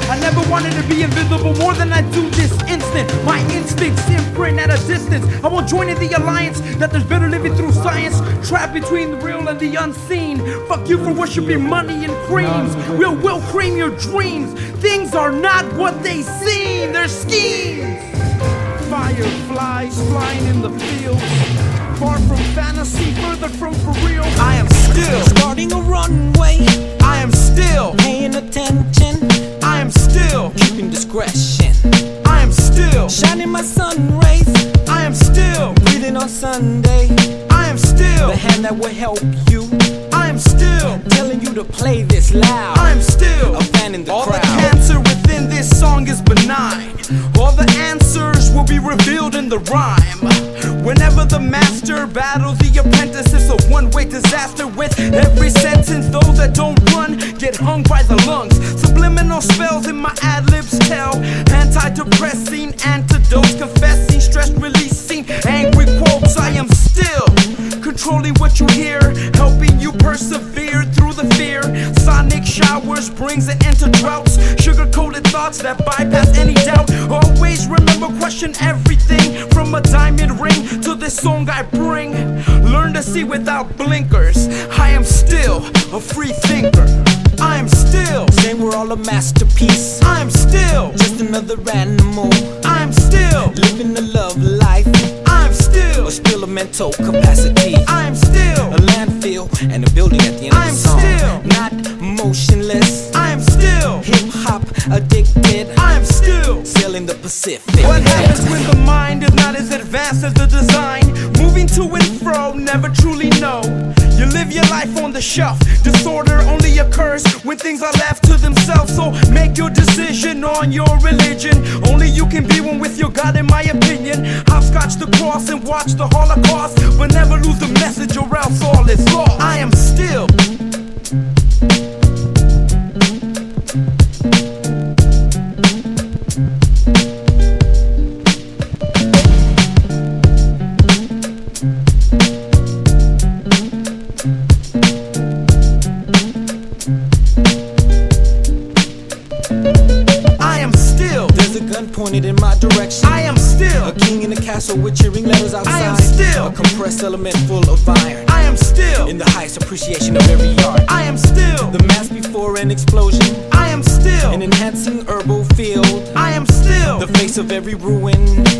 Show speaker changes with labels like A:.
A: I never wanted to be invisible more than I do this instant. My instincts imprint at a distance. I won't join in the alliance that there's better living through science. Trapped between the real and the unseen. Fuck you for worshiping money and creams. We'll, we'll cream your dreams. Things are not what they seem, they're schemes. Fireflies flying in the fields. Far from fantasy, further from for real.
B: I am still starting a runway. I am still paying attention. I am still keeping discretion. I am still shining my sun rays. I am still breathing on Sunday. I am still the hand that will help you. I am still telling you to play this loud.
A: I'm still
B: a fan in the
A: All
B: crowd.
A: the cancer within this song is benign. All the answers will be revealed in the rhyme. Whenever the master battles the apprentice, it's a one-way disaster. With every sentence, those that don't run get hung by the lungs. Subliminal spells in my ad libs tell. Antidepressing antidotes, confessing stress releasing. Angry quotes, I am still controlling what you hear, helping you persevere through the fear. Sonic showers brings an end to droughts, sugar-coated thoughts that bypass any doubt. Always remember, question everything from a diamond ring to this song I bring. Learn to see without blinkers. I am still a free thinker.
B: I am still saying we're all a masterpiece.
A: I am still,
B: Just another animal.
A: I am still,
B: Living the love life.
A: I am
B: But
A: still,
B: still a mental capacity.
A: I am still,
B: A landfill and a building at the end
A: I'm
B: of the song.
A: still-
B: not motionless.
A: I am still,
B: Hip hop addicted.
A: I am still.
B: Sailing the Pacific.
A: What happens when the mind is not as advanced as the design? Moving to and fro, never truly know. You live your life on the shelf. Disorder only occurs when things are left to themselves. So make your decision on your religion. Only you can be one with your God, in my opinion. Hopscotch the cross and watch the Holocaust. But never lose the message, or else all is lost. I am still. I am still.
B: There's a gun pointed in my direction.
A: I am still.
B: A king in a castle with cheering letters outside.
A: I am still-
B: a compressed element full of iron.
A: I am still.
B: In the highest appreciation of every art.
A: I am still.
B: the mass before an explosion.
A: I am still.
B: An enhancing herbal field.
A: I am still.
B: The face of every ruin.